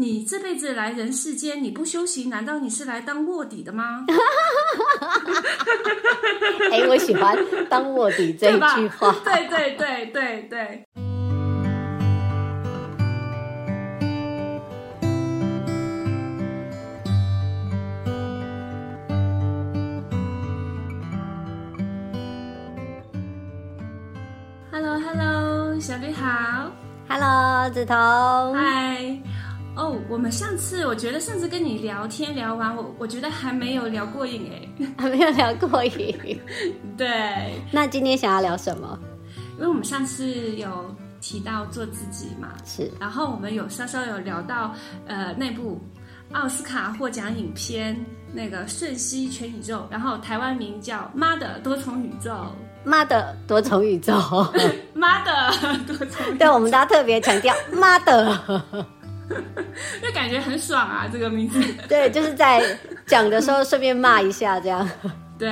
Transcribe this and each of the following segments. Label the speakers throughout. Speaker 1: 你这辈子来人世间，你不修行，难道你是来当卧底的吗？
Speaker 2: 哎、我喜欢“当卧底”这
Speaker 1: 对
Speaker 2: 一
Speaker 1: 吧？
Speaker 2: 句话。
Speaker 1: 对对对对对。Hello Hello，小绿好，
Speaker 2: Hello，梓潼，
Speaker 1: 嗨。哦，我们上次我觉得上次跟你聊天聊完，我我觉得还没有聊过瘾哎。
Speaker 2: 还没有聊过瘾。
Speaker 1: 对，
Speaker 2: 那今天想要聊什么？
Speaker 1: 因为我们上次有提到做自己嘛，
Speaker 2: 是
Speaker 1: 然后我们有稍稍有聊到呃那部奥斯卡获奖影片那个《瞬息全宇宙》，然后台湾名叫《妈的多重宇宙》，
Speaker 2: 妈的多重宇 宙。
Speaker 1: 妈的多重宇宙，
Speaker 2: 对，我们都要特别强调“妈的
Speaker 1: 就感觉很爽啊，这个名字。”。
Speaker 2: 对，就是在讲的时候顺便骂一下，这样。
Speaker 1: 对，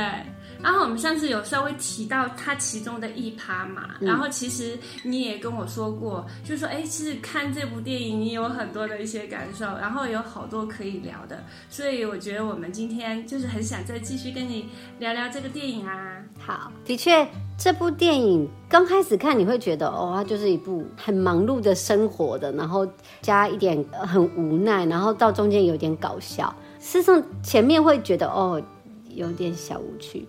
Speaker 1: 然后我们上次有稍微提到它其中的一趴嘛，然后其实你也跟我说过，就是说，哎，其实看这部电影你有很多的一些感受，然后有好多可以聊的，所以我觉得我们今天就是很想再继续跟你聊聊这个电影啊。
Speaker 2: 好，的确，这部电影刚开始看你会觉得，哦，它就是一部很忙碌的生活的，然后加一点呃很无奈，然后到中间有点搞笑。事实上，前面会觉得哦，有点小无趣，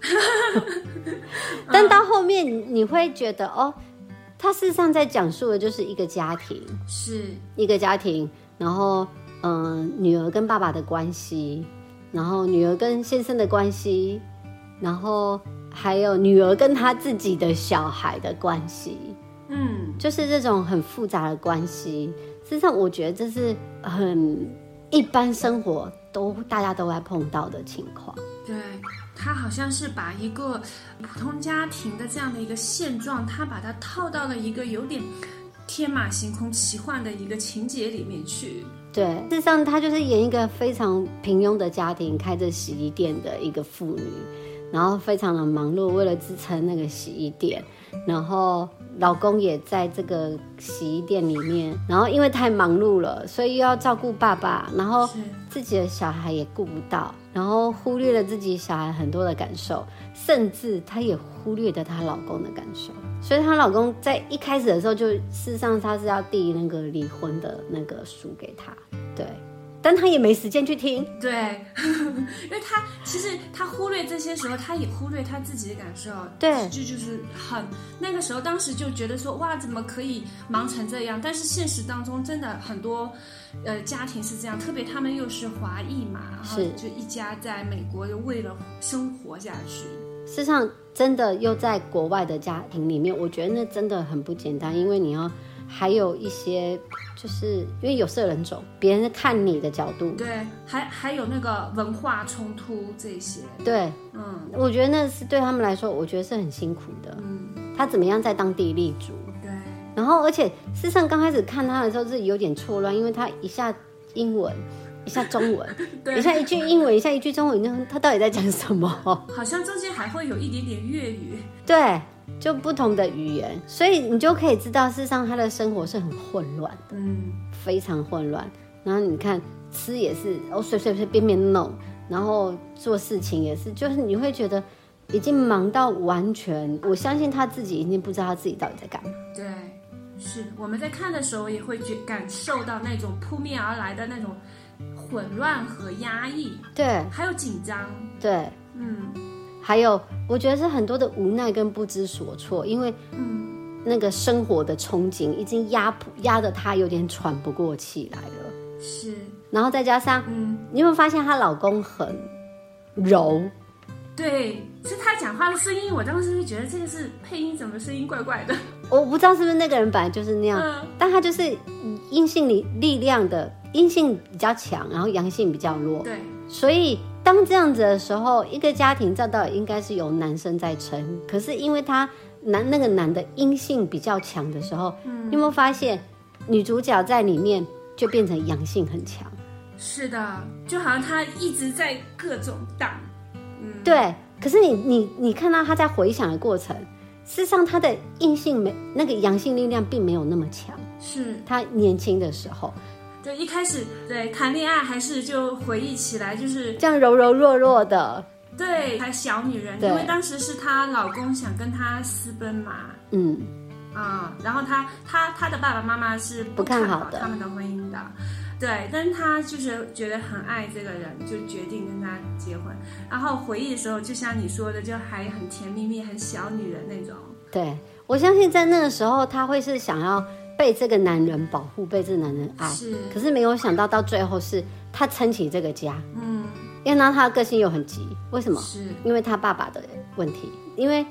Speaker 2: 但到后面你你会觉得，哦，它事实上在讲述的就是一个家庭，
Speaker 1: 是，
Speaker 2: 一个家庭，然后嗯、呃女儿跟爸爸的关系，然后女儿跟先生的关系，然后还有女儿跟她自己的小孩的关系，
Speaker 1: 嗯，
Speaker 2: 就是这种很复杂的关系。事实上，我觉得这是很一般生活都大家都会碰到的情况。
Speaker 1: 对。他好像是把一个普通家庭的这样的一个现状，他把它套到了一个有点天马行空、奇幻的一个情节里面去。
Speaker 2: 对，事实上她就是演一个非常平庸的家庭，开着洗衣店的一个妇女，然后非常的忙碌，为了支撑那个洗衣店，然后老公也在这个洗衣店里面，然后因为太忙碌了，所以又要照顾爸爸，然后
Speaker 1: 是。
Speaker 2: 自己的小孩也顾不到，然后忽略了自己小孩很多的感受，甚至她也忽略了她老公的感受。所以她老公在一开始的时候就，事实上他是要递那个离婚的那个书给她，对，但她也没时间去听，
Speaker 1: 对， 因为他其实他忽略这些时候，他也忽略他自己的感受。
Speaker 2: 对
Speaker 1: 这就是很那个时候，当时就觉得说哇，怎么可以忙成这样？但是现实当中真的很多，呃，家庭是这样，特别他们又是华裔嘛，然后
Speaker 2: 是
Speaker 1: 就一家在美国就为了生活下去。
Speaker 2: 事实上，真的又在国外的家庭里面，我觉得那真的很不简单，因为你要还有一些，就是因为有色人种，别人看你的角度，
Speaker 1: 对，还还有那个文化冲突这些，
Speaker 2: 对，
Speaker 1: 嗯
Speaker 2: 我觉得那是对他们来说，我觉得是很辛苦的。
Speaker 1: 嗯，
Speaker 2: 他怎么样在当地立足？
Speaker 1: 对，
Speaker 2: 然后，而且事实上刚开始看他的时候是有点错乱，因为他一下英文，一下中文，
Speaker 1: 对
Speaker 2: 一下一句英文，一下一句中文，那他到底在讲 什么？
Speaker 1: 好像中间还会有一点点粤语。
Speaker 2: 对，就不同的语言，所以你就可以知道，事实上他的生活是很混乱，
Speaker 1: 嗯，
Speaker 2: 非常混乱。然后你看吃也是，哦，随随随便便弄，然后做事情也是，就是你会觉得已经忙到完全，我相信他自己已经不知道他自己到底在干嘛。
Speaker 1: 对，是我们在看的时候也会觉感受到那种扑面而来的那种混乱和压抑，
Speaker 2: 对
Speaker 1: 还有紧张。
Speaker 2: 对，
Speaker 1: 嗯
Speaker 2: 还有我觉得是很多的无奈跟不知所措，因为
Speaker 1: 嗯，
Speaker 2: 那个生活的憧憬已经压迫压得她有点喘不过气来了。
Speaker 1: 是，
Speaker 2: 然后再加上
Speaker 1: 嗯，
Speaker 2: 你有没有发现她老公很柔？
Speaker 1: 对，是他讲话的声音，我当时就觉得这个是配音，怎么声音怪怪的？
Speaker 2: 我不知道是不是那个人本来就是那样，
Speaker 1: 嗯，
Speaker 2: 但他就是阴性力力量的阴性比较强，然后阳性比较弱，
Speaker 1: 嗯对，
Speaker 2: 所以当这样子的时候，一个家庭照道理应该是由男生在撑，可是因为他男那个男的阴性比较强的时候，你有没有发现女主角在里面就变成阳性很强？
Speaker 1: 是的，就好像他一直在各种挡。嗯，
Speaker 2: 对，可是你你你看到他在回想的过程，事实上他的阴性没那个阳性力量并没有那么强，
Speaker 1: 是，
Speaker 2: 他年轻的时候，
Speaker 1: 对，一开始对谈恋爱还是就回忆起来，就是
Speaker 2: 这样柔柔弱弱的，
Speaker 1: 对，还小女人，
Speaker 2: 对
Speaker 1: 因为当时是她老公想跟她私奔嘛，
Speaker 2: 嗯，
Speaker 1: 啊、然后她她她的爸爸妈妈是
Speaker 2: 不
Speaker 1: 不
Speaker 2: 看
Speaker 1: 看
Speaker 2: 好
Speaker 1: 好
Speaker 2: 的
Speaker 1: 他们的婚姻的，对，但是她就是觉得很爱这个人，就决定跟他结婚。然后回忆的时候，就像你说的，就还很甜蜜蜜，很小女人那种。
Speaker 2: 对我相信在那个时候，她会是想要被这个男人保护，被这个男人爱，
Speaker 1: 是，
Speaker 2: 可是没有想到到最后是她撑起这个家，
Speaker 1: 嗯，
Speaker 2: 因为呢她的个性又很急，为什么？
Speaker 1: 是，
Speaker 2: 因为她爸爸的问题，因为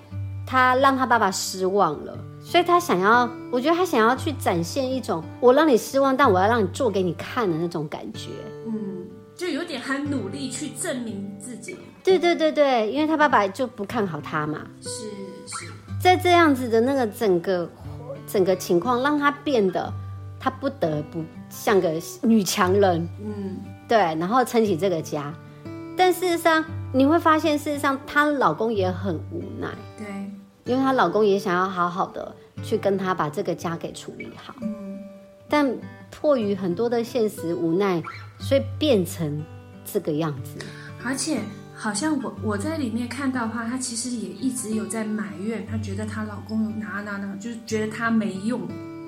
Speaker 2: 她让她爸爸失望了，所以她想要，我觉得她想要去展现一种我让你失望，但我要让你做给你看的那种感觉。
Speaker 1: 嗯，就有点很努力去证明自己。
Speaker 2: 对对对对，因为她爸爸就不看好她嘛，
Speaker 1: 是是，
Speaker 2: 在这样子的那个整个整个情况，让她变得她不得不像个女强人，
Speaker 1: 嗯，
Speaker 2: 对，然后撑起这个家。但事实上，你会发现，事实上她老公也很无奈，
Speaker 1: 对，
Speaker 2: 因为她老公也想要好好的去跟她把这个家给处理好，
Speaker 1: 嗯，
Speaker 2: 但迫于很多的现实无奈，所以变成这个样子。
Speaker 1: 而且好像我我在里面看到的话，她其实也一直有在埋怨，她觉得她老公有哪哪哪，就是觉得她没用，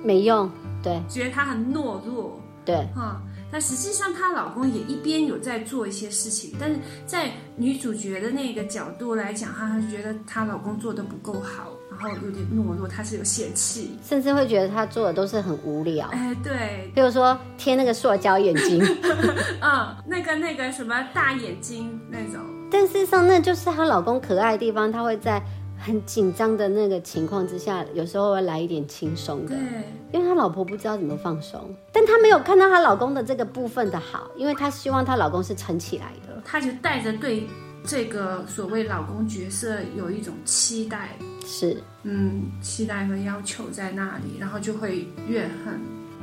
Speaker 2: 没用，对
Speaker 1: 觉得她很懦弱，
Speaker 2: 对，
Speaker 1: 哈、但实际上，她老公也一边有在做一些事情，但是在女主角的那个角度来讲，她还是觉得她老公做的不够好，然后有点懦弱，她是有嫌弃。
Speaker 2: 甚至会觉得他做的都是很无聊，
Speaker 1: 哎，对，
Speaker 2: 比如说贴那个塑胶眼睛，
Speaker 1: 嗯，那个那个什么大眼睛那种，
Speaker 2: 但事实上那就是她老公可爱的地方，他会在很紧张的那个情况之下，有时候会来一点轻松的
Speaker 1: 对，，
Speaker 2: 因为她老婆不知道怎么放松，但她没有看到她老公的这个部分的好，因为她希望她老公是撑起来的，
Speaker 1: 她就带着对这个所谓老公角色有一种期待，
Speaker 2: 是
Speaker 1: 嗯，期待和要求在那里，然后就会怨恨。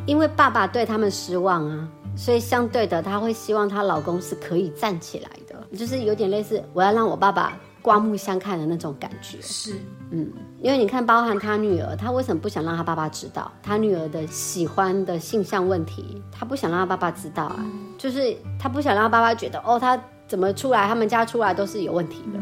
Speaker 2: 因为爸爸对他们失望啊，所以相对的，她会希望她老公是可以站起来的，就是有点类似我要让我爸爸刮目相看的那种感觉。
Speaker 1: 是，
Speaker 2: 因为你看，包含他女儿，他为什么不想让他爸爸知道他女儿的喜欢的性向问题？他不想让他爸爸知道啊，就是他不想让他爸爸觉得哦，他怎么出来，他们家出来都是有问题的。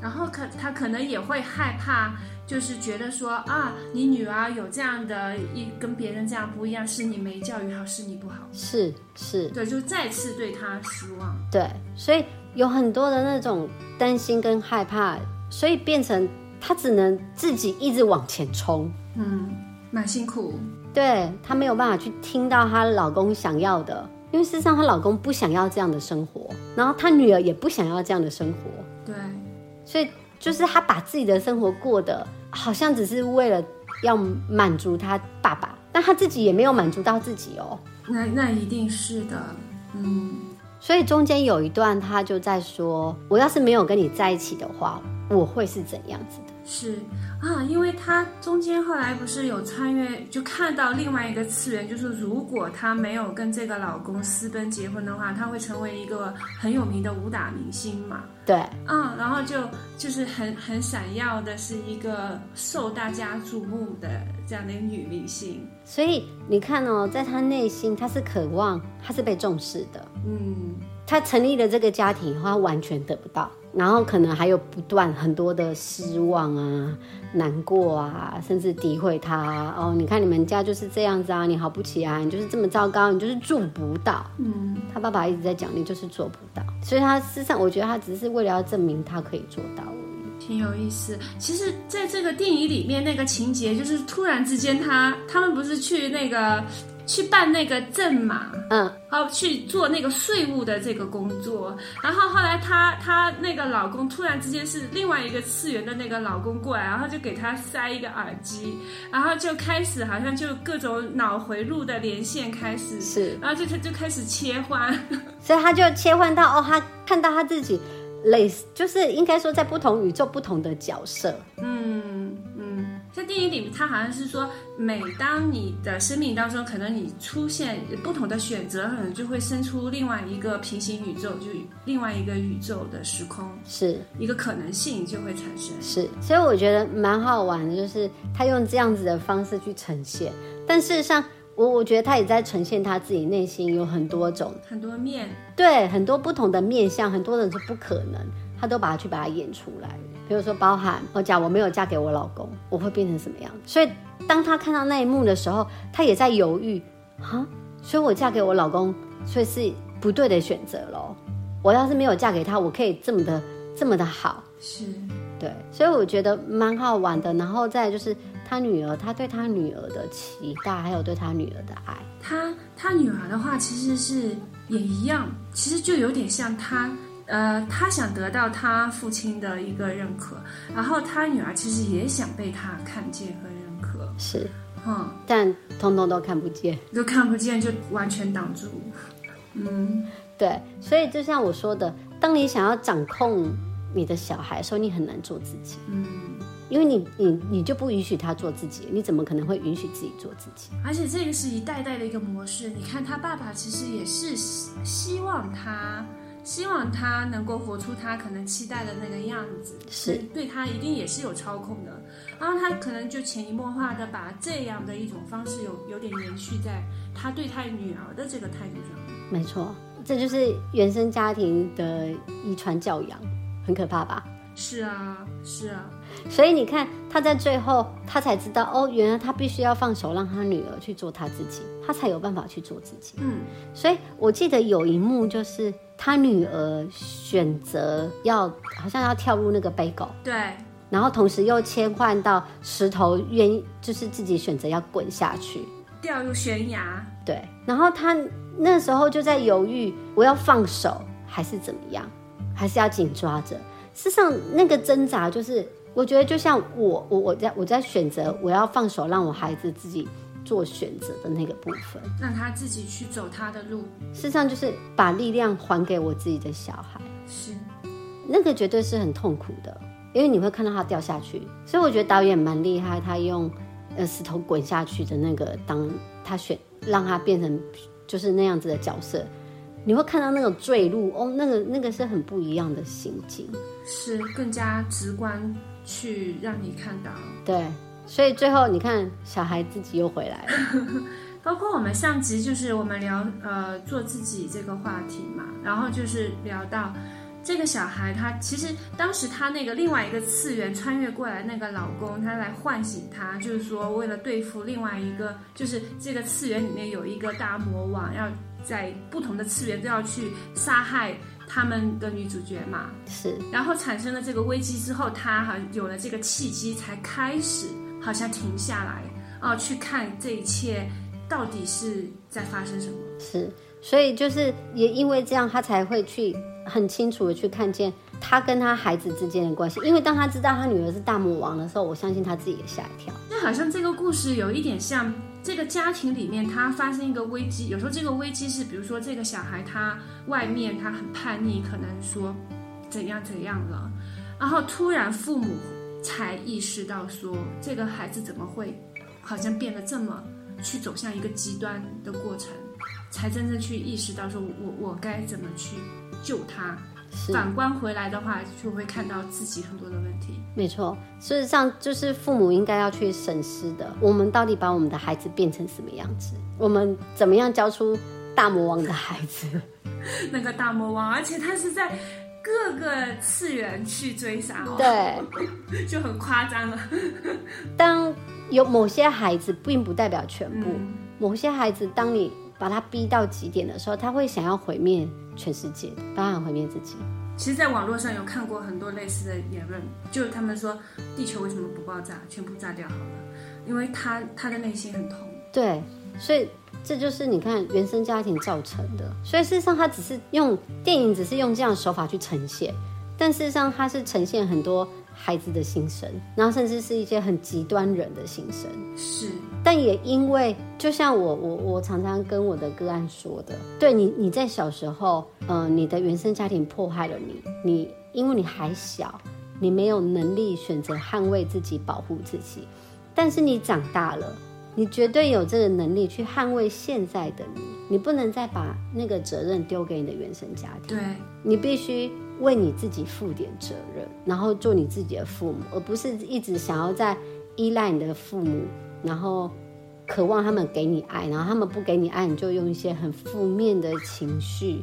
Speaker 1: 然后可他可能也会害怕，就是觉得说啊，你女儿有这样的一跟别人这样不一样，是你没教育好，是你不好。
Speaker 2: 是是，
Speaker 1: 对，就再次对她失望。
Speaker 2: 对，所以有很多的那种担心跟害怕，所以变成他只能自己一直往前冲，
Speaker 1: 嗯，蛮辛苦。
Speaker 2: 对她没有办法去听到她老公想要的，因为事实上她老公不想要这样的生活，然后她女儿也不想要这样的生活。
Speaker 1: 对，
Speaker 2: 所以就是他把自己的生活过得好像只是为了要满足他爸爸，但他自己也没有满足到自己哦。
Speaker 1: 那那一定是的。嗯，
Speaker 2: 所以中间有一段他就在说：“我要是没有跟你在一起的话，我会是怎样子的
Speaker 1: 是啊，因为他中间后来不是有穿越，就看到另外一个次元，就是如果她没有跟这个老公私奔结婚的话，她会成为一个很有名的武打明星嘛。？”
Speaker 2: 对，
Speaker 1: 嗯，然后就就是很很闪耀的是一个受大家瞩目的这样的一个女明星。
Speaker 2: 所以你看哦，在他内心他是渴望，他是被重视的。
Speaker 1: 嗯，
Speaker 2: 他成立了这个家庭以后，他完全得不到，然后可能还有不断很多的失望啊、难过啊，甚至诋毁他啊哦。你看你们家就是这样子啊，你好不起啊，你就是这么糟糕，你就是做不到。
Speaker 1: 嗯，
Speaker 2: 他爸爸一直在讲，你就是做不到，所以他事实上我觉得他只是为了要证明他可以做到而已。
Speaker 1: 挺有意思。其实，在这个电影里面，那个情节就是突然之间他，他们不是去那个去办那个证嘛，
Speaker 2: 嗯，
Speaker 1: 然后去做那个税务的这个工作，然后后来她她那个老公突然之间是另外一个次元的那个老公过来，然后就给她塞一个耳机，然后就开始好像就各种脑回路的连线开始，
Speaker 2: 是，
Speaker 1: 然后就就就开始切换，
Speaker 2: 所以他就切换到哦，他看到他自己类似，就是应该说在不同宇宙不同的角色。
Speaker 1: 嗯嗯，在电影里他好像是说，每当你的生命当中可能你出现不同的选择，可能就会生出另外一个平行宇宙，就另外一个宇宙的时空，
Speaker 2: 是，
Speaker 1: 一个可能性就会产生。
Speaker 2: 是，所以我觉得蛮好玩的，就是他用这样子的方式去呈现。但事实上，我我觉得他也在呈现他自己内心有很多种，
Speaker 1: 很多面，
Speaker 2: 对，很多不同的面相，很多人是不可能，他都把它去把它演出来。比如说，包含我假如我没有嫁给我老公，我会变成什么样？所以当他看到那一幕的时候，他也在犹豫啊，所以我嫁给我老公，所以是不对的选择咯。我要是没有嫁给他，我可以这么的这么的好，
Speaker 1: 是
Speaker 2: 对，所以我觉得蛮好玩的。然后再来就是他女儿，他对他女儿的期待，还有对他女儿的爱。
Speaker 1: 他他女儿的话其实是也一样，其实就有点像他。呃，他想得到他父亲的一个认可，然后他女儿其实也想被他看见和认可，
Speaker 2: 是，
Speaker 1: 嗯，
Speaker 2: 但通通都看不见。
Speaker 1: 就看不见，就完全挡住。嗯，
Speaker 2: 对，所以就像我说的，当你想要掌控你的小孩的时候，你很难做自己。嗯，因为你你你就不允许他做自己，你怎么可能会允许自己做自己？
Speaker 1: 而且这个是一代代的一个模式。你看他爸爸其实也是希希望他，希望他能够活出他可能期待的那个样子，
Speaker 2: 是
Speaker 1: 对他一定也是有操控的。然后他可能就潜移默化的把这样的一种方式有有点延续在他对他女儿的这个态度上。
Speaker 2: 没错，这就是原生家庭的遗传教养，很可怕吧？
Speaker 1: 是啊，是啊，
Speaker 2: 所以你看，他在最后他才知道，哦，原来他必须要放手，让他女儿去做他自己，他才有办法去做自己。
Speaker 1: 嗯，
Speaker 2: 所以我记得有一幕就是他女儿选择要好像要跳入那个杯狗，
Speaker 1: 对，
Speaker 2: 然后同时又切换到石头愿意就是自己选择要滚下去，
Speaker 1: 掉入悬崖。
Speaker 2: 对，然后他那时候就在犹豫，我要放手还是怎么样，还是要紧抓着。事实上，那个挣扎就是，我觉得就像我我我在我在选择我要放手，让我孩子自己做选择的那个部分。
Speaker 1: 让他自己去走他的路，
Speaker 2: 事实上，就是把力量还给我自己的小孩，
Speaker 1: 是
Speaker 2: 那个绝对是很痛苦的，因为你会看到他掉下去。所以我觉得导演蛮厉害，他用呃石头滚下去的那个当他选让他变成就是那样子的角色，你会看到那种坠入哦，那个那个是很不一样的心境。
Speaker 1: 是更加直观去让你看到。
Speaker 2: 对，所以最后你看小孩自己又回来了，
Speaker 1: 包括我们上集就是我们聊呃做自己这个话题嘛，然后就是聊到这个小孩他其实当时他那个另外一个次元穿越过来那个老公，他来唤醒他，就是说为了对付另外一个，就是这个次元里面有一个大魔王，要在不同的次元都要去杀害他们的女主角嘛，
Speaker 2: 是
Speaker 1: 然后产生了这个危机之后，他好像有了这个契机，才开始好像停下来啊、去看这一切到底是在发生什么。
Speaker 2: 是，所以就是也因为这样，他才会去很清楚的去看见他跟他孩子之间的关系。因为当他知道他女儿是大魔王的时候，我相信他自己也吓一跳。
Speaker 1: 就好像这个故事有一点像这个家庭里面，他发生一个危机，有时候这个危机是，比如说这个小孩他外面他很叛逆，可能说怎样怎样了，然后突然父母才意识到说这个孩子怎么会好像变得这么去走向一个极端的过程，才真正去意识到说我我该怎么去救他。
Speaker 2: 是
Speaker 1: 反观回来的话，就会看到自己很多的问题。
Speaker 2: 没错，事实上就是父母应该要去审视的，我们到底把我们的孩子变成什么样子？我们怎么样教出大魔王的孩子？
Speaker 1: 那个大魔王，而且他是在各个次元去追杀哦，
Speaker 2: 对，
Speaker 1: 就很夸张啊了。
Speaker 2: 当有某些孩子并不代表全部，
Speaker 1: 嗯，
Speaker 2: 某些孩子当你把他逼到极点的时候，他会想要毁灭全世界，当然毁灭自己。
Speaker 1: 其实，在网络上有看过很多类似的言论，就是他们说地球为什么不爆炸，全部炸掉好了，因为他他的内心很痛。
Speaker 2: 对，所以这就是你看原生家庭造成的。所以事实上，他只是用电影，只是用这样的手法去呈现，但事实上，它是呈现很多孩子的心声，然后甚至是一些很极端人的心声。
Speaker 1: 是，
Speaker 2: 但也因为，就像我我我常常跟我的个案说的，对你你在小时候，呃，你的原生家庭迫害了你，你因为你还小，你没有能力选择捍卫自己、保护自己，但是你长大了，你绝对有这个能力去捍卫现在的你，你不能再把那个责任丢给你的原生家庭。
Speaker 1: 对，
Speaker 2: 你必须为你自己负点责任，然后做你自己的父母，而不是一直想要在依赖你的父母，然后渴望他们给你爱，然后他们不给你爱，你就用一些很负面的情绪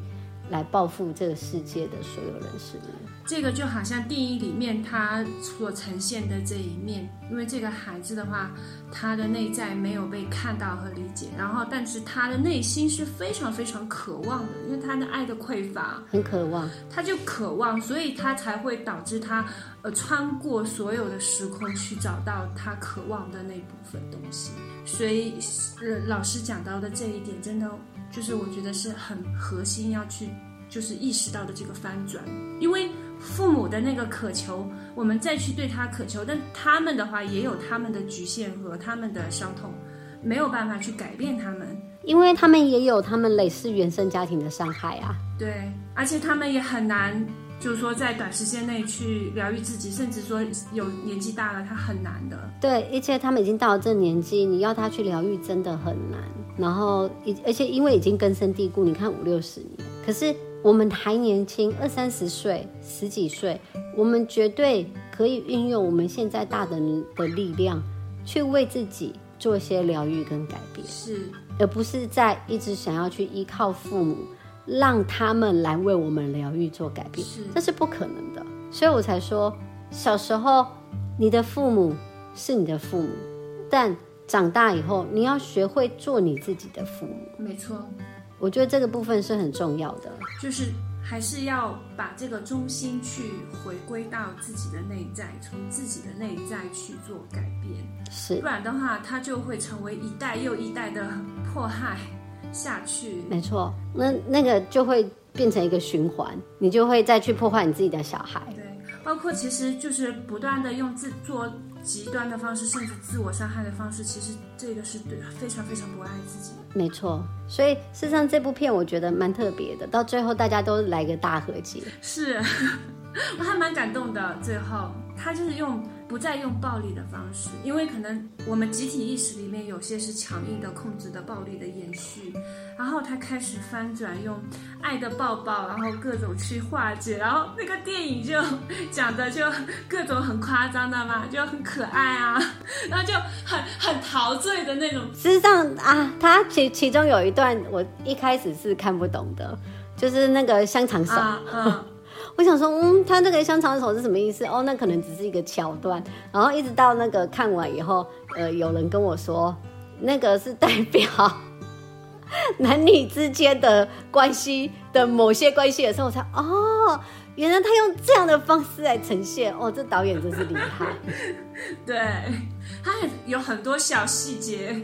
Speaker 2: 来报复这个世界的所有人事物。
Speaker 1: 这个就好像电影里面他所呈现的这一面，因为这个孩子的话，他的内在没有被看到和理解，然后但是他的内心是非常非常渴望的，因为他的爱的匮乏，
Speaker 2: 很渴望，
Speaker 1: 他就渴望，所以他才会导致他呃穿过所有的时空去找到他渴望的那部分东西。所以，呃，老师讲到的这一点，真的就是我觉得是很核心要去就是意识到的这个翻转，因为。父母的那个渴求，我们再去对他渴求，但他们的话也有他们的局限和他们的伤痛，没有办法去改变他们。
Speaker 2: 因为他们也有他们类似原生家庭的伤害啊。
Speaker 1: 对，而且他们也很难，就是说在短时间内去疗愈自己，甚至说有年纪大了，他很难的。
Speaker 2: 对，而且他们已经到了这年纪，你要他去疗愈真的很难。然后，而且因为已经根深蒂固，你看五六十年，可是。我们还年轻，二三十岁、十几岁，我们绝对可以运用我们现在大人的力量，去为自己做一些疗愈跟改变，
Speaker 1: 是，
Speaker 2: 而不是在一直想要去依靠父母，让他们来为我们疗愈做改变，
Speaker 1: 是
Speaker 2: 这是不可能的。所以我才说，小时候你的父母是你的父母，但长大以后你要学会做你自己的父母。
Speaker 1: 没错，
Speaker 2: 我觉得这个部分是很重要的。
Speaker 1: 就是还是要把这个中心去回归到自己的内在，从自己的内在去做改变。
Speaker 2: 是
Speaker 1: 不，然的话，它就会成为一代又一代的迫害下去。
Speaker 2: 没错，那那个就会变成一个循环，你就会再去破坏你自己的小孩。
Speaker 1: 对，包括其实就是不断的用自做极端的方式，甚至自我伤害的方式，其实这个是对非常非常不爱自己的。
Speaker 2: 没错，所以事实上这部片我觉得蛮特别的，到最后大家都来个大和解。
Speaker 1: 是， 我还蛮感动的。最后，他就是用不再用暴力的方式，因为可能我们集体意识里面有些是强硬的、控制的、暴力的延续，然后他开始翻转，用爱的抱抱，然后各种去化解，然后那个电影就讲的就各种很夸张的嘛，就很可爱啊，然后就很很陶醉的那种
Speaker 2: 事实上啊，它其其中有一段我一开始是看不懂的，就是那个香肠手，
Speaker 1: 啊，嗯，
Speaker 2: 我想说，嗯，他那个香肠手是什么意思？哦，那可能只是一个桥段。然后一直到那个看完以后，呃，有人跟我说，那个是代表 男女之间的关系的某些关系的时候，我才哦，原来他用这样的方式来呈现。哦，这导演真是厉害。
Speaker 1: 对，他很有很多小细节，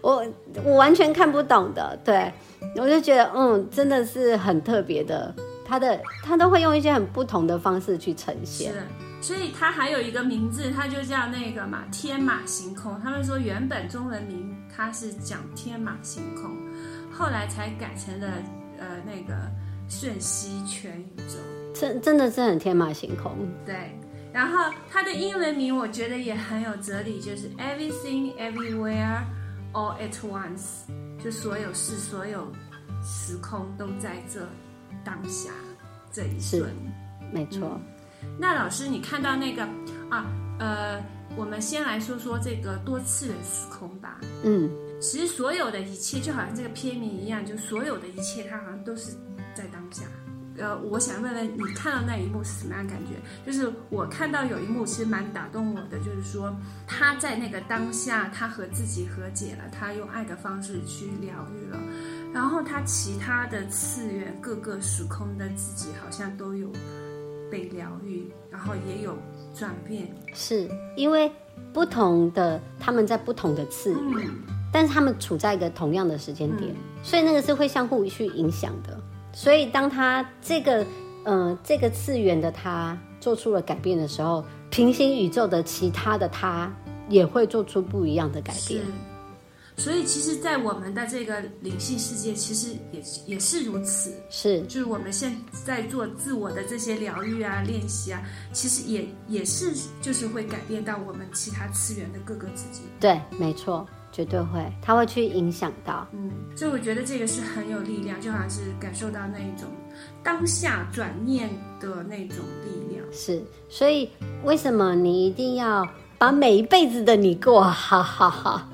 Speaker 2: 我我完全看不懂的，对我就觉得嗯，真的是很特别的。他的他都会用一些很不同的方式去呈现。
Speaker 1: 是，所以它还有一个名字，它就叫那个嘛，天马行空。他们说原本中文名它是讲天马行空，后来才改成了呃那个瞬息全宇宙。
Speaker 2: 真真的是很天马行空。
Speaker 1: 对，然后它的英文名我觉得也很有哲理，就是 Everything Everywhere All at Once，就所有事、所有时空都在这当下这一
Speaker 2: 是
Speaker 1: 瞬。
Speaker 2: 没错，
Speaker 1: 那老师，你看到那个啊，呃，我们先来说说这个多次元时空吧。
Speaker 2: 嗯，
Speaker 1: 其实所有的一切，就好像这个片名一样，就所有的一切，它好像都是在当下。呃，我想问问你看到那一幕是什么样的感觉？就是我看到有一幕其实蛮打动我的，就是说他在那个当下，他和自己和解了，他用爱的方式去疗愈了，然后他其他的次元各个时空的自己好像都有被疗愈，然后也有转变。
Speaker 2: 是因为不同的他们在不同的次元，
Speaker 1: 嗯，
Speaker 2: 但是他们处在一个同样的时间点，所以那个是会相互去影响的。所以当他这个呃这个次元的他做出了改变的时候，平行宇宙的其他的他也会做出不一样的改
Speaker 1: 是。
Speaker 2: 变。
Speaker 1: 所以，其实，在我们的这个灵性世界，其实也也是如此。
Speaker 2: 是
Speaker 1: 就是我们现在做自我的这些疗愈啊、练习啊，其实也也是就是会改变到我们其他次元的各个自己。
Speaker 2: 对，没错，绝对会，他会去影响到。
Speaker 1: 嗯，所以我觉得这个是很有力量，就好像是感受到那一种当下转念的那种力量。
Speaker 2: 是，所以为什么你一定要把每一辈子的你过好好好？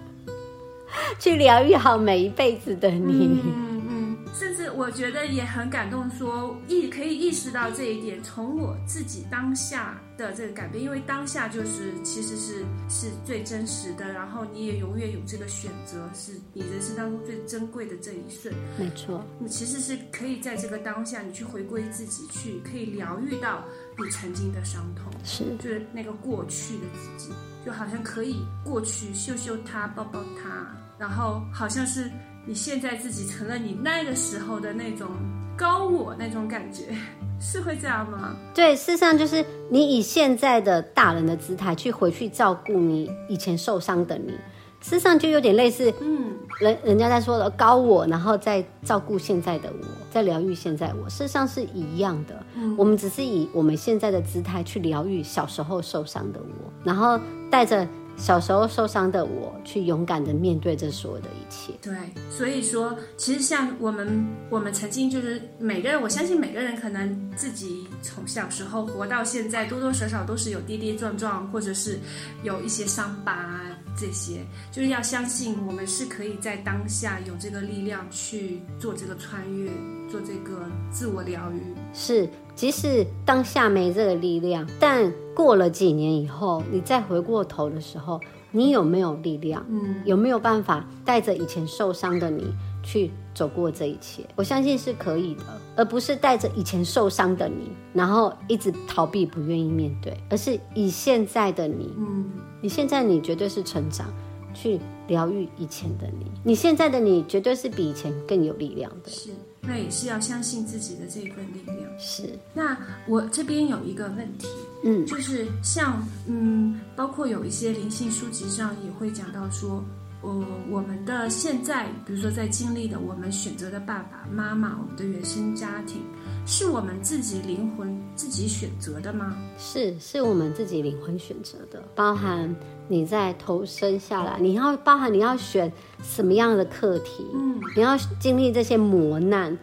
Speaker 2: 去疗愈好每一辈子的你。
Speaker 1: 嗯嗯，甚至我觉得也很感动说，意可以意识到这一点，从我自己当下的这个改变，因为当下就是其实是是最真实的，然后你也永远有这个选择，是你人生当中最珍贵的这一瞬，
Speaker 2: 没错，
Speaker 1: 你其实是可以在这个当下，你去回归自己，去可以疗愈到你曾经的伤痛。
Speaker 2: 是
Speaker 1: 就是那个过去的自己，就好像可以过去秀秀他，抱抱他，然后好像是你现在自己成了你那个时候的那种高我那种感觉，是会这样吗？
Speaker 2: 对。事实上，就是你以现在的大人的姿态去回去照顾你以前受伤的你，事实上就有点类似
Speaker 1: 嗯
Speaker 2: 人人家在说的高我，然后再照顾现在的我，在疗愈现在我，事实上是一样的。
Speaker 1: 嗯
Speaker 2: 我们只是以我们现在的姿态去疗愈小时候受伤的我，然后带着小时候受伤的我去勇敢的面对这所有的一切。
Speaker 1: 对，所以说，其实像我们，我们曾经就是每个人，我相信每个人可能自己从小时候活到现在，多多少少都是有跌跌撞撞，或者是有一些伤疤，这些就是要相信我们是可以在当下有这个力量去做这个穿越，做这个自我疗愈。
Speaker 2: 是，即使当下没这个力量，但过了几年以后，你再回过头的时候，你有没有力量？
Speaker 1: 嗯，
Speaker 2: 有没有办法带着以前受伤的你去走过这一切？我相信是可以的，而不是带着以前受伤的你，然后一直逃避，不愿意面对，而是以现在的你，
Speaker 1: 嗯，
Speaker 2: 你现在你绝对是成长，去疗愈以前的你，你现在的你绝对是比以前更有力量的。
Speaker 1: 是，那也是要相信自己的这一份力量。
Speaker 2: 是，
Speaker 1: 那我这边有一个问题，
Speaker 2: 嗯，
Speaker 1: 就是像嗯，包括有一些灵性书籍上也会讲到说，呃，我们的现在，比如说在经历的我们选择的爸爸妈妈，我们的原生家庭，是我们自己灵魂自己选择的吗？
Speaker 2: 是是我们自己灵魂选择的，包含你在投身下来，你要包含你要选什么样的课题，
Speaker 1: 嗯
Speaker 2: 你要经历这些磨难，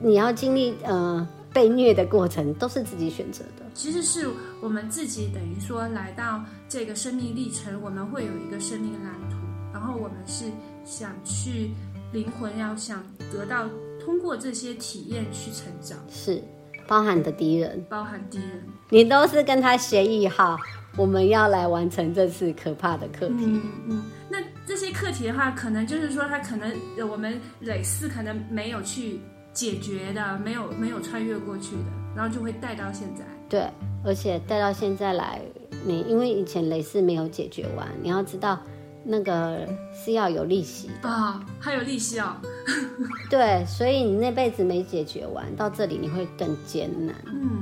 Speaker 2: 你要经历呃被虐的过程，都是自己选择的。
Speaker 1: 其实是我们自己等于说来到这个生命历程，我们会有一个生命蓝图，然后我们是想去灵魂要想得到通过这些体验去成长，
Speaker 2: 是，包含你的敌人，
Speaker 1: 包含嗯敌人。
Speaker 2: 你都是跟他协议好，我们要来完成这次可怕的课题。
Speaker 1: 嗯嗯，那这些课题的话，可能就是说，它可能呃我们类似可能没有去解决的，没有没有穿越过去的，然后就会带到现在。
Speaker 2: 对，而且带到现在来，你因为以前雷士没有解决完，你要知道那个是要有利息的。
Speaker 1: 啊、还有利息哦，
Speaker 2: 对，所以你那辈子没解决完，到这里你会更艰难。
Speaker 1: 嗯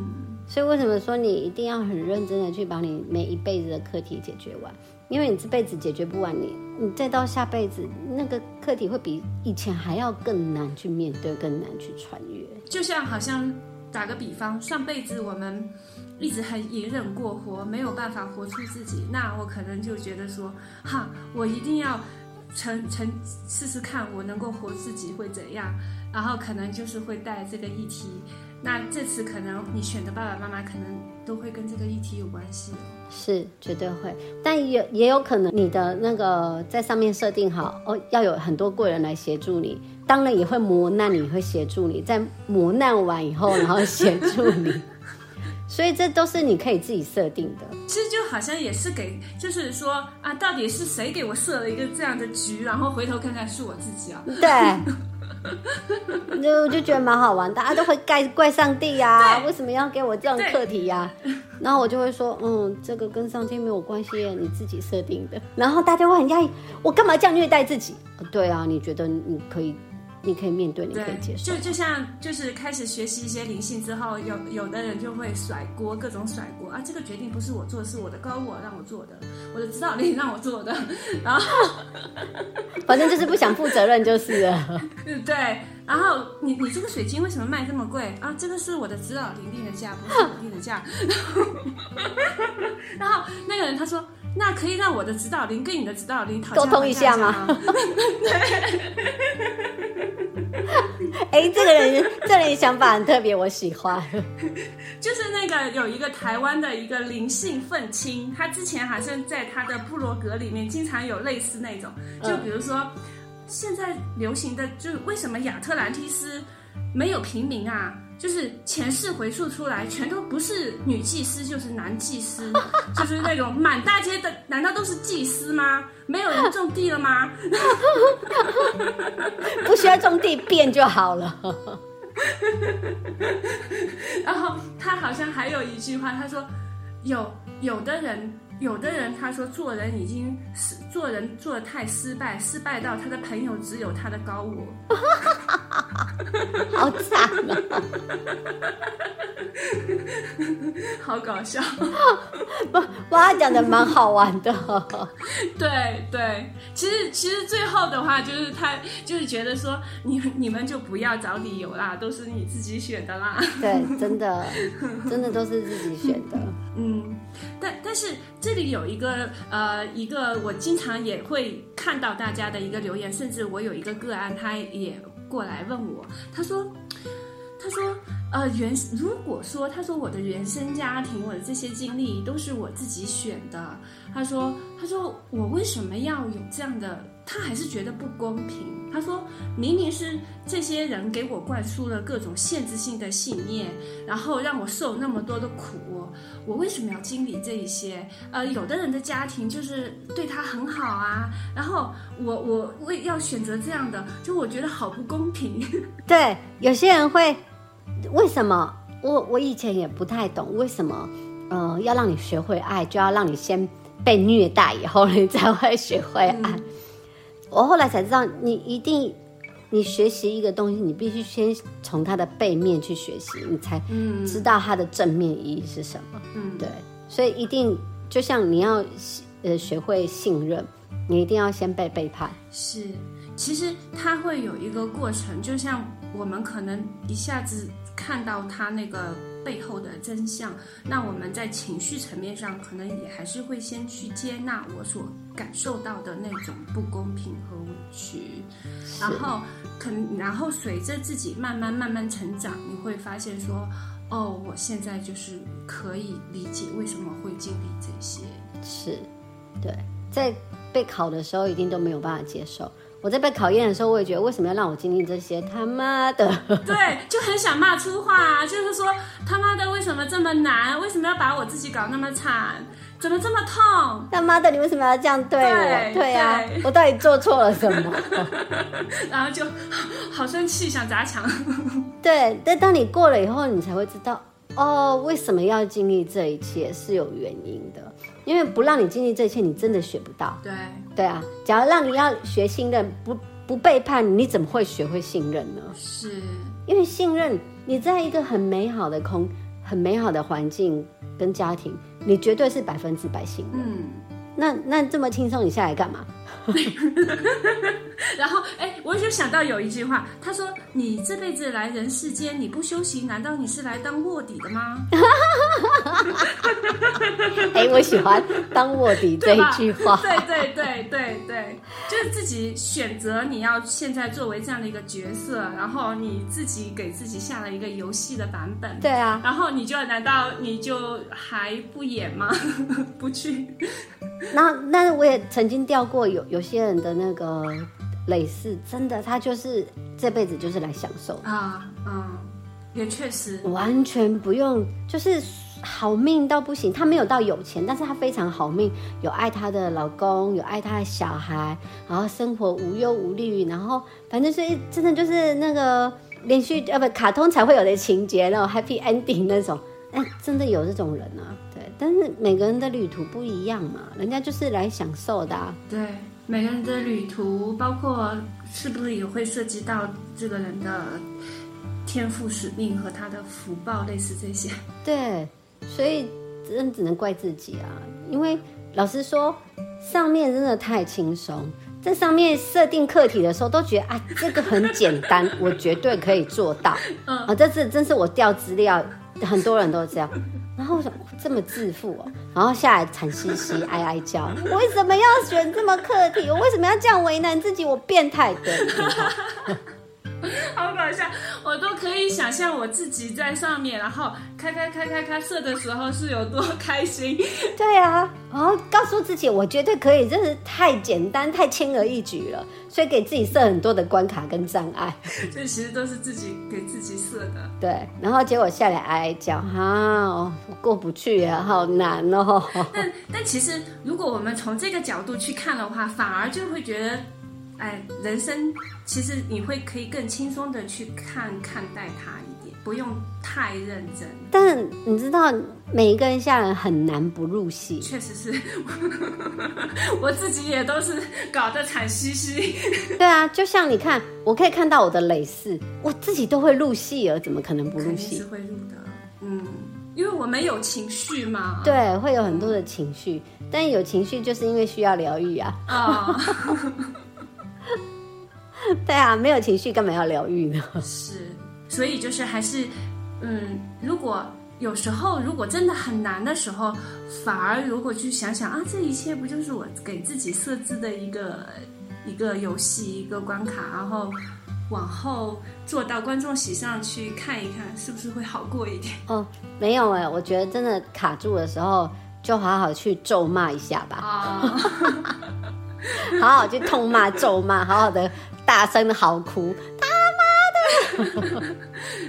Speaker 2: 所以为什么说你一定要很认真的去把你每一辈子的课题解决完？因为你这辈子解决不完，你你再到下辈子，那个课题会比以前还要更难去面对，更难去穿越。
Speaker 1: 就像好像打个比方，上辈子我们一直很隐忍过活，没有办法活出自己，那我可能就觉得说，哈，我一定要成成试试看，我能够活自己会怎样，然后可能就是会带这个议题。那这次可能你选的爸爸妈妈可能都会跟这个议题有关系哦。
Speaker 2: 是绝对会，但也也有可能你的那个在上面设定好哦，要有很多贵人来协助你，当然也会磨难你，会协助你，在磨难完以后，然后协助你，所以这都是你可以自己设定的。
Speaker 1: 其实就好像也是给，就是说啊，到底是谁给我设了一个这样的局，然后回头看看是我自己啊。
Speaker 2: 对，就我就觉得蛮好玩，大家都会怪怪上帝呀、为什么要给我这种课题呀、然后我就会说，嗯，这个跟上帝没有关系耶，你自己设定的。然后大家会很压抑，我干嘛这样虐待自己？对啊，你觉得你可以，你可以面对，你可
Speaker 1: 对
Speaker 2: 以，接受
Speaker 1: 就。就像就是开始学习一些灵性之后，有有的人就会甩锅，各种甩锅啊，这个决定不是我做，是我的高我让我做的，我的指导灵让我做的， 然后
Speaker 2: 反正就是不想负责任就是了。
Speaker 1: 嗯对，然后你你这个水晶为什么卖这么贵啊？这个是我的指导灵定的价，不是我定的价。 然后那个人他说，那可以让我的指导灵跟你的指导灵讨价
Speaker 2: 沟通一下吗
Speaker 1: 还价吗？
Speaker 2: 哎，这个人，这个人想法很特别，我喜欢。
Speaker 1: 就是那个有一个台湾的一个灵性愤青，他之前好像在他的部落格里面经常有类似那种，就比如说。现在流行的就是为什么亚特兰蒂斯没有平民啊？就是前世回溯出来，全都不是女祭司，就是男祭司， 就是那种满大街的，难道都是祭司吗？没有人种地了吗？
Speaker 2: 不需要种地变就好了。
Speaker 1: 然后他好像还有一句话，他说有有的人，有的人他说做人已经失，做人做的太失败，失败到他的朋友只有他的高我。
Speaker 2: 好惨啊！
Speaker 1: 好搞笑。
Speaker 2: 不，啊 哇，讲的蛮好玩的。
Speaker 1: 对对，其实其实最后的话就是他就是觉得说你你们就不要找理由啦，都是你自己选的啦。
Speaker 2: 对，真的，真的都是自己选的。
Speaker 1: 嗯，但但是这里有一个呃一个我经常也会看到大家的一个留言，甚至我有一个个案，他也过来问我，他说他说呃原如果说他说我的原生家庭我的这些经历都是我自己选的，他说他说我为什么要有这样的？他还是觉得不公平。他说明明是这些人给我灌输了各种限制性的信念，然后让我受那么多的苦。我为什么要经历这一些？呃，有的人的家庭就是对他很好啊，然后我我为要选择这样的，就我觉得好不公平。
Speaker 2: 对，有些人会为什么？我我以前也不太懂为什么，呃，要让你学会爱，就要让你先被虐待，以后你才会学会爱。
Speaker 1: 嗯
Speaker 2: 我后来才知道，你一定，你学习一个东西，你必须先从它的背面去学习，你才
Speaker 1: 嗯
Speaker 2: 知道它的正面意义是什么。
Speaker 1: 嗯，
Speaker 2: 对，所以一定就像你要呃学会信任，你一定要先被背叛。
Speaker 1: 是，其实它会有一个过程，就像我们可能一下子看到它那个背后的真相，那我们在情绪层面上可能也还是会先去接纳我所感受到的那种不公平和委屈，然后可能然后随着自己慢慢慢慢成长，你会发现说，哦，我现在就是可以理解为什么会经历这些。
Speaker 2: 是，对，在被考的时候一定都没有办法接受。我在被考验的时候，我也觉得为什么要让我经历这些？他妈的！
Speaker 1: 对，就很想骂粗话、啊，就是说他妈的为什么这么难？为什么要把我自己搞那么惨？怎么这么痛？
Speaker 2: 他妈的，你为什么要这样对我？
Speaker 1: 对
Speaker 2: 对啊
Speaker 1: 对，
Speaker 2: 我到底做错了什么？
Speaker 1: 然后就好生气，想砸墙。
Speaker 2: 对，但当你过了以后，你才会知道哦，为什么要经历这一切是有原因的，因为不让你经历这一切，你真的学不到。
Speaker 1: 对，
Speaker 2: 对啊，假如让你要学信任，不不背叛，你怎么会学会信任呢？
Speaker 1: 是，
Speaker 2: 因为信任，你在一个很美好的空、很美好的环境跟家庭，你绝对是百分之百信任。
Speaker 1: 嗯。
Speaker 2: 那那这么轻松，你下来干嘛？
Speaker 1: 然后，哎，我就想到有一句话，他说：“你这辈子来人世间，你不修行，难道你是来当卧底的吗？”。
Speaker 2: 哎、我喜欢当卧底这一句话
Speaker 1: 对对对对对，就是自己选择你要现在作为这样的一个角色，然后你自己给自己下了一个游戏的版本。
Speaker 2: 对啊，
Speaker 1: 然后你就难道你就还不演吗？ 不去？
Speaker 2: 然后那我也曾经钓过有有些人的那个类似，真的他就是这辈子就是来享受的。
Speaker 1: 啊嗯，也确实，
Speaker 2: 完全不用，就是好命到不行。她没有到有钱，但是她非常好命，有爱她的老公，有爱她的小孩，然后生活无忧无虑，然后反正是真的就是那个连续呃不卡通才会有的情节，那种 happy ending 那种。哎，真的有这种人啊，对。但是每个人的旅途不一样嘛，人家就是来享受的、啊。
Speaker 1: 对每个人的旅途，包括是不是也会涉及到这个人的天赋、使命和他的福报，类似这些。
Speaker 2: 对，所以真的只能怪自己啊，因为老实说，上面真的太轻松，在上面设定课题的时候都觉得啊，这个很简单，我绝对可以做到。
Speaker 1: 嗯
Speaker 2: 啊，这次真是我调资料，很多人都这样。然后我想这么自负哦，然后下来惨兮兮、哀哀叫，我为什么要选这么课题？我为什么要这样为难自己？我变态的。
Speaker 1: 好搞笑！我都可以想象我自己在上面，然后开开开开开射的时候是有多开心。
Speaker 2: 对啊，然后告诉自己我绝对可以，真是太简单、太轻而易举了，所以给自己设很多的关卡跟障碍。
Speaker 1: 这其实都是自己给自己设的。
Speaker 2: 对，然后结果下来哀哀叫，哈、哦我过不去啊，好难哦。
Speaker 1: 但但其实如果我们从这个角度去看的话，反而就会觉得，哎，人生其实你会可以更轻松的去看看待它一点，不用太认真。
Speaker 2: 但你知道，每一个人下来很难不入戏。
Speaker 1: 确实是， 我自己也都是搞得惨兮兮。
Speaker 2: 对啊，就像你看，我可以看到我的蕾丝，我自己都会入戏了，怎么可能不入
Speaker 1: 肯定
Speaker 2: 戏
Speaker 1: 是？会录的，嗯，因为我们有情绪嘛。
Speaker 2: 对，会有很多的情绪，但有情绪就是因为需要疗愈啊。
Speaker 1: 啊、
Speaker 2: 对啊，没有情绪干嘛要疗愈呢？
Speaker 1: 是，所以就是还是，嗯，如果有时候如果真的很难的时候，反而如果去想想啊，这一切不就是我给自己设置的一个一个游戏一个关卡，然后往后坐到观众席上去看一看，是不是会好过一点？
Speaker 2: 哦，没有哎、我觉得真的卡住的时候，就好好去咒骂一下吧，
Speaker 1: 啊、
Speaker 2: 好好去痛骂、咒骂，好好的大声的嚎哭。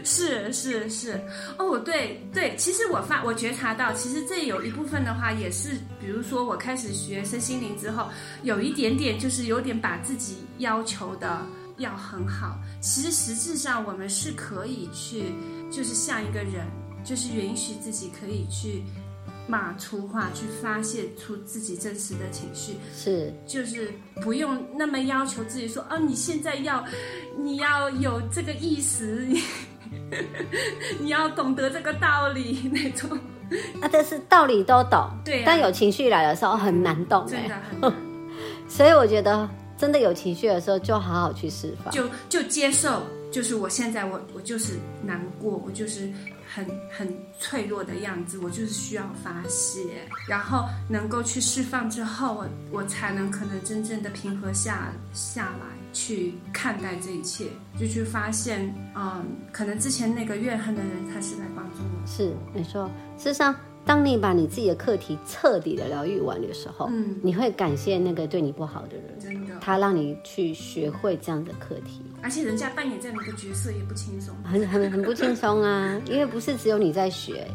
Speaker 1: 是是是，哦，对对，其实我发我觉察到，其实这有一部分的话也是，比如说我开始学身心灵之后，有一点点就是有点把自己要求的要很好，其实实质上我们是可以去，就是像一个人，就是允许自己可以去骂粗话，去发泄出自己真实的情绪，
Speaker 2: 是，
Speaker 1: 就是不用那么要求自己说，哦，你现在要，你要有这个意识，你 你要懂得这个道理那种，
Speaker 2: 啊，但是道理都懂，
Speaker 1: 对啊
Speaker 2: 但有情绪来的时候很难懂哎、
Speaker 1: 真的很难。
Speaker 2: 所以我觉得真的有情绪的时候，就好好去释放。
Speaker 1: 就就接受，就是我现在我我就是难过，我就是很很脆弱的样子，我就是需要发泄，然后能够去释放之后，我我才能可能真正的平和下下来，去看待这一切，就去发现，嗯，可能之前那个怨恨的人他是来帮助我，
Speaker 2: 是，没错。事实上，当你把你自己的课题彻底的疗愈完的时候，
Speaker 1: 嗯，
Speaker 2: 你会感谢那个对你不好的人，
Speaker 1: 真的，
Speaker 2: 他让你去学会这样的课题，
Speaker 1: 而且人家扮演这样的一个角色也不轻松，
Speaker 2: 很很很不轻松啊。因为不是只有你在学，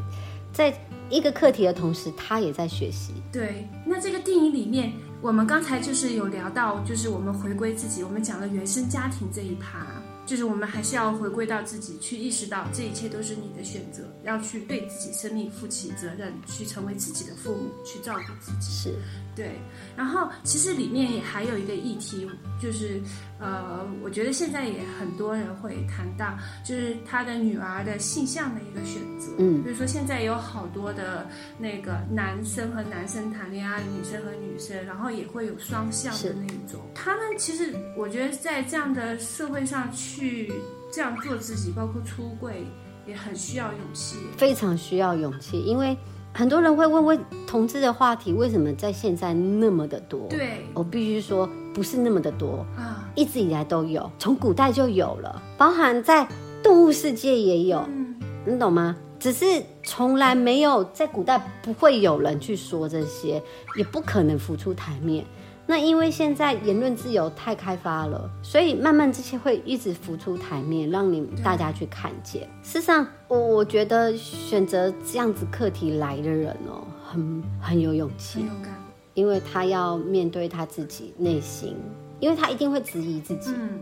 Speaker 2: 在一个课题的同时，他也在学习。
Speaker 1: 对，那这个电影里面，我们刚才就是有聊到，就是我们回归自己，我们讲了原生家庭这一趴，就是我们还是要回归到自己，去意识到这一切都是你的选择，要去对自己生命负起责任，去成为自己的父母，去照顾自己。
Speaker 2: 是，
Speaker 1: 对，然后其实里面也还有一个议题，就是呃，我觉得现在也很多人会谈到，就是他的女儿的性向的一个选择。
Speaker 2: 嗯
Speaker 1: 比如说现在有好多的那个男生和男生谈恋爱，女生和女生，然后也会有双向的
Speaker 2: 是
Speaker 1: 那一种。他们其实我觉得在这样的社会上去这样做自己，包括出柜，也很需要勇气。
Speaker 2: 非常需要勇气，因为很多人会问为同志的话题为什么在现在那么的多？
Speaker 1: 对
Speaker 2: 我必须说，不是那么的多，
Speaker 1: 啊，
Speaker 2: 一直以来都有，从古代就有了，包含在动物世界也有，
Speaker 1: 嗯，
Speaker 2: 你懂吗？只是从来没有在古代不会有人去说这些，也不可能浮出台面。那因为现在言论自由太开发了，所以慢慢这些会一直浮出台面，让你大家去看见。事实上，我我觉得选择这样子课题来的人哦，很很有勇气
Speaker 1: 很，勇敢。
Speaker 2: 因为他要面对他自己内心，因为他一定会质疑自己。
Speaker 1: 嗯，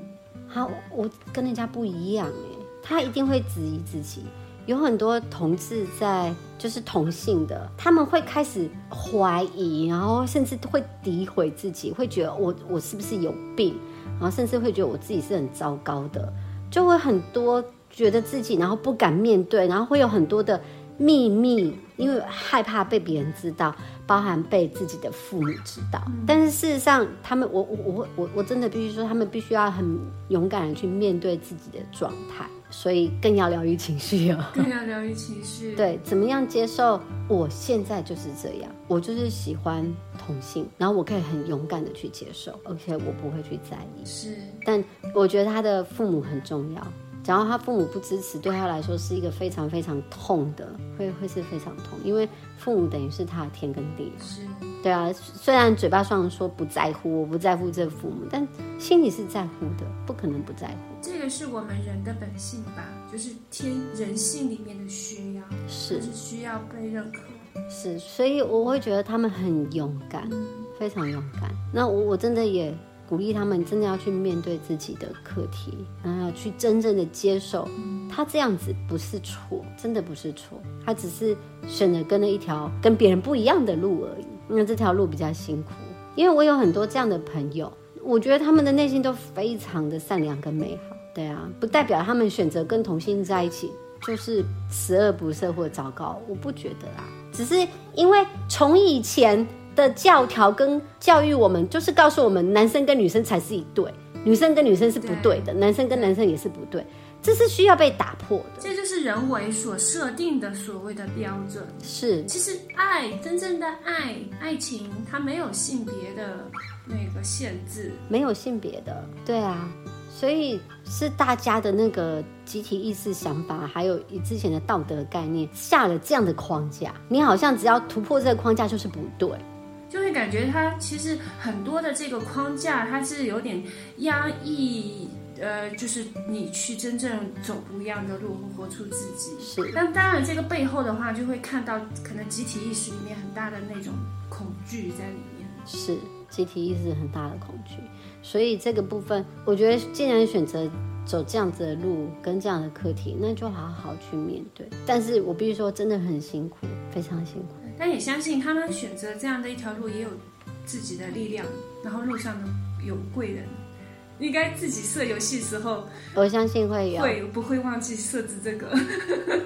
Speaker 2: 他我跟人家不一样哎，他一定会质疑自己。有很多同志在就是同性的，他们会开始怀疑，然后甚至会诋毁自己，会觉得我我是不是有病，然后甚至会觉得我自己是很糟糕的，就会很多觉得自己，然后不敢面对，然后会有很多的秘密，因为害怕被别人知道，包含被自己的父母知道。但是事实上，他们我我我我我真的必须说，他们必须要很勇敢的去面对自己的状态，所以更要疗愈情绪哦。
Speaker 1: 更要疗愈情绪。
Speaker 2: 对，怎么样接受我现在就是这样，我就是喜欢同性，然后我可以很勇敢的去接受，而且我不会去在意。
Speaker 1: 是，
Speaker 2: 但我觉得他的父母很重要，只要他父母不支持，对他来说是一个非常非常痛的，会会是非常痛，因为父母等于是他的天跟地。
Speaker 1: 是，
Speaker 2: 对啊，虽然嘴巴上说不在乎，我不在乎这父母，但心里是在乎的，不可能不在乎。
Speaker 1: 这个是我们人的本性吧，就是天人性里面的需要，
Speaker 2: 是
Speaker 1: 就是需要被认可。
Speaker 2: 是，所以我会觉得他们很勇敢，
Speaker 1: 嗯，
Speaker 2: 非常勇敢。那我我真的也鼓励他们，真的要去面对自己的课题，然后要去真正的接受，他这样子不是错，真的不是错，他只是选择跟了一条跟别人不一样的路而已。那这条路比较辛苦，因为我有很多这样的朋友，我觉得他们的内心都非常的善良跟美好。对啊，不代表他们选择跟同性在一起就是十恶不赦或糟糕，我不觉得啊，只是因为从以前的教条跟教育我们，就是告诉我们男生跟女生才是一对，女生跟女生是不对的，男生跟男生也是不对，这是需要被打破的。
Speaker 1: 这就是人为所设定的所谓的标准。
Speaker 2: 是
Speaker 1: 其实爱，真正的爱，爱情它没有性别的那个限制。
Speaker 2: 没有性别的，对啊，所以是大家的那个集体意识、想法，还有之前的道德概念下了这样的框架，你好像只要突破这个框架就是不对。
Speaker 1: 就会感觉它其实很多的这个框架，它是有点压抑，呃，就是你去真正走不一样的路，活出自己。
Speaker 2: 是
Speaker 1: 但当然，这个背后的话，就会看到可能集体意识里面很大的那种恐惧在里面。
Speaker 2: 是集体意识很大的恐惧，所以这个部分，我觉得既然选择走这样子的路跟这样的课题，那就好好去面对。但是我必须说，真的很辛苦，非常辛苦。
Speaker 1: 但也相信他们选择这样的一条路，也有自己的力量，然后路上的有贵人。应该自己设游戏时候
Speaker 2: 我相信会有，
Speaker 1: 会啊不会忘记设置这个？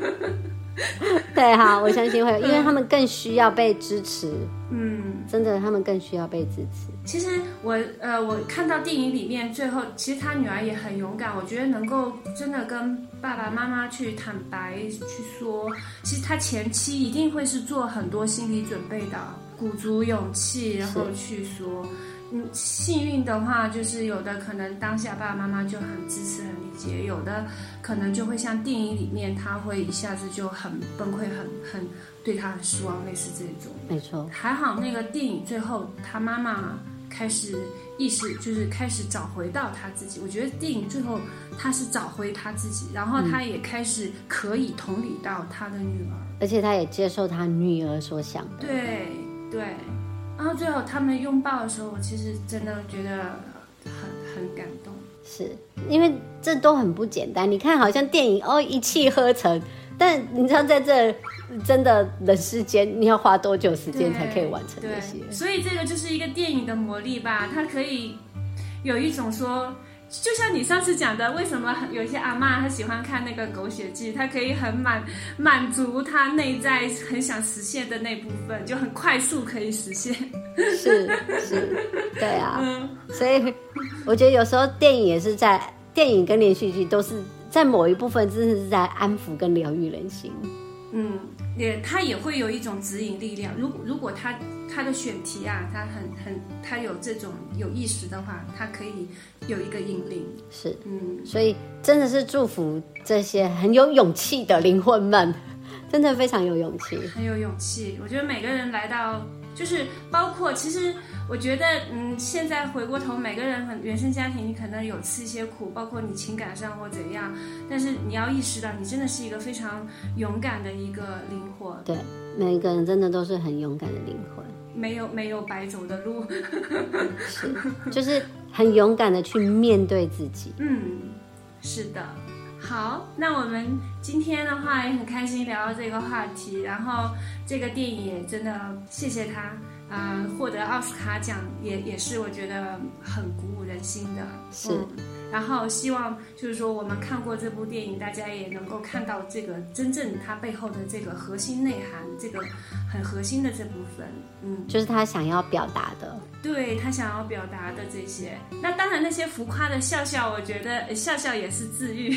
Speaker 2: 对哈，我相信会有，因为他们更需要被支持，
Speaker 1: 嗯。
Speaker 2: 真的，他们更需要被支持。
Speaker 1: 其实我呃，我看到电影里面最后，其实他女儿也很勇敢。我觉得能够真的跟爸爸妈妈去坦白去说，其实他前期一定会是做很多心理准备的，鼓足勇气，然后去说。嗯，幸运的话就是有的可能当下爸爸妈妈就很支持、很理解，有的可能就会像电影里面，他会一下子就很崩溃、很很对他很失望，类似这种。
Speaker 2: 没错，
Speaker 1: 还好那个电影最后他妈妈开始意识，就是开始找回到他自己。我觉得电影最后他是找回他自己，然后他也开始可以同理到他的女儿。
Speaker 2: 而且他也接受他女儿所想的。
Speaker 1: 对对，然后最后他们拥抱的时候，我其实真的觉得很很感动。
Speaker 2: 是因为这都很不简单。你看，好像电影哦一气呵成，但你知道在这真的人世间，你要花多久时间才可以完 成
Speaker 1: 对
Speaker 2: 这些？，
Speaker 1: 所以这个就是一个电影的魔力吧，它可以有一种说，就像你上次讲的，为什么有一些阿嬷她喜欢看那个狗血剧，她可以很满满足她内在很想实现的那部分，就很快速可以实现。
Speaker 2: 是是，对啊。所以我觉得有时候电影 也是在电影跟连续剧都是在某一部分，真的是在安抚跟疗愈人心。
Speaker 1: 嗯，也它也会有一种指引力量。如果如果他他的选题啊，他很很他有这种有意识的话，他可以有一个引领。
Speaker 2: 是，
Speaker 1: 嗯，
Speaker 2: 所以真的是祝福这些很有勇气的灵魂们，真的非常有勇气。
Speaker 1: 很有勇气。我觉得每个人来到，就是包括其实我觉得，嗯，现在回过头，每个人很原生家庭，你可能有吃一些苦，包括你情感上或怎样，但是你要意识到，你真的是一个非常勇敢的一个灵魂，
Speaker 2: 对，每一个人真的都是很勇敢的灵魂。
Speaker 1: 没有没有白走的路。
Speaker 2: 是，就是很勇敢的去面对自己。
Speaker 1: 嗯，是的。好，那我们今天的话也很开心聊到这个话题，然后这个电影也真的谢谢他，嗯、获得奥斯卡奖也也是我觉得很鼓舞人心的，
Speaker 2: 是
Speaker 1: 嗯。然后希望就是说我们看过这部电影，大家也能够看到这个真正它背后的这个核心内涵，这个很核心的这部分，嗯。
Speaker 2: 就是他想要表达的。
Speaker 1: 对他想要表达的这些。那当然，那些浮夸的笑笑，我觉得呃笑笑也是治愈。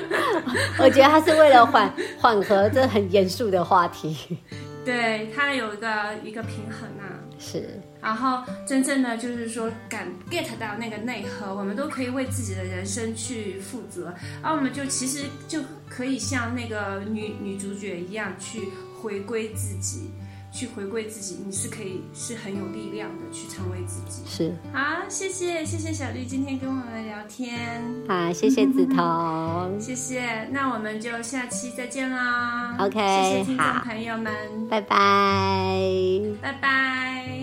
Speaker 2: 我觉得他是为了缓缓和这很严肃的话题。
Speaker 1: 对他有一个一个平衡啊。
Speaker 2: 是，
Speaker 1: 然后真正的就是说，敢 get 到那个内核，我们都可以为自己的人生去负责。而我们就其实就可以像那个女女主角一样，去回归自己，去回归自己，你是可以是很有力量的去成为自己。
Speaker 2: 是
Speaker 1: 好，谢谢谢谢小绿今天跟我们聊天，
Speaker 2: 啊，谢谢梓潼，
Speaker 1: 谢谢，那我们就下期再见啦。
Speaker 2: OK，
Speaker 1: 谢谢听众
Speaker 2: 好
Speaker 1: 朋友们，
Speaker 2: 拜拜。
Speaker 1: 拜拜。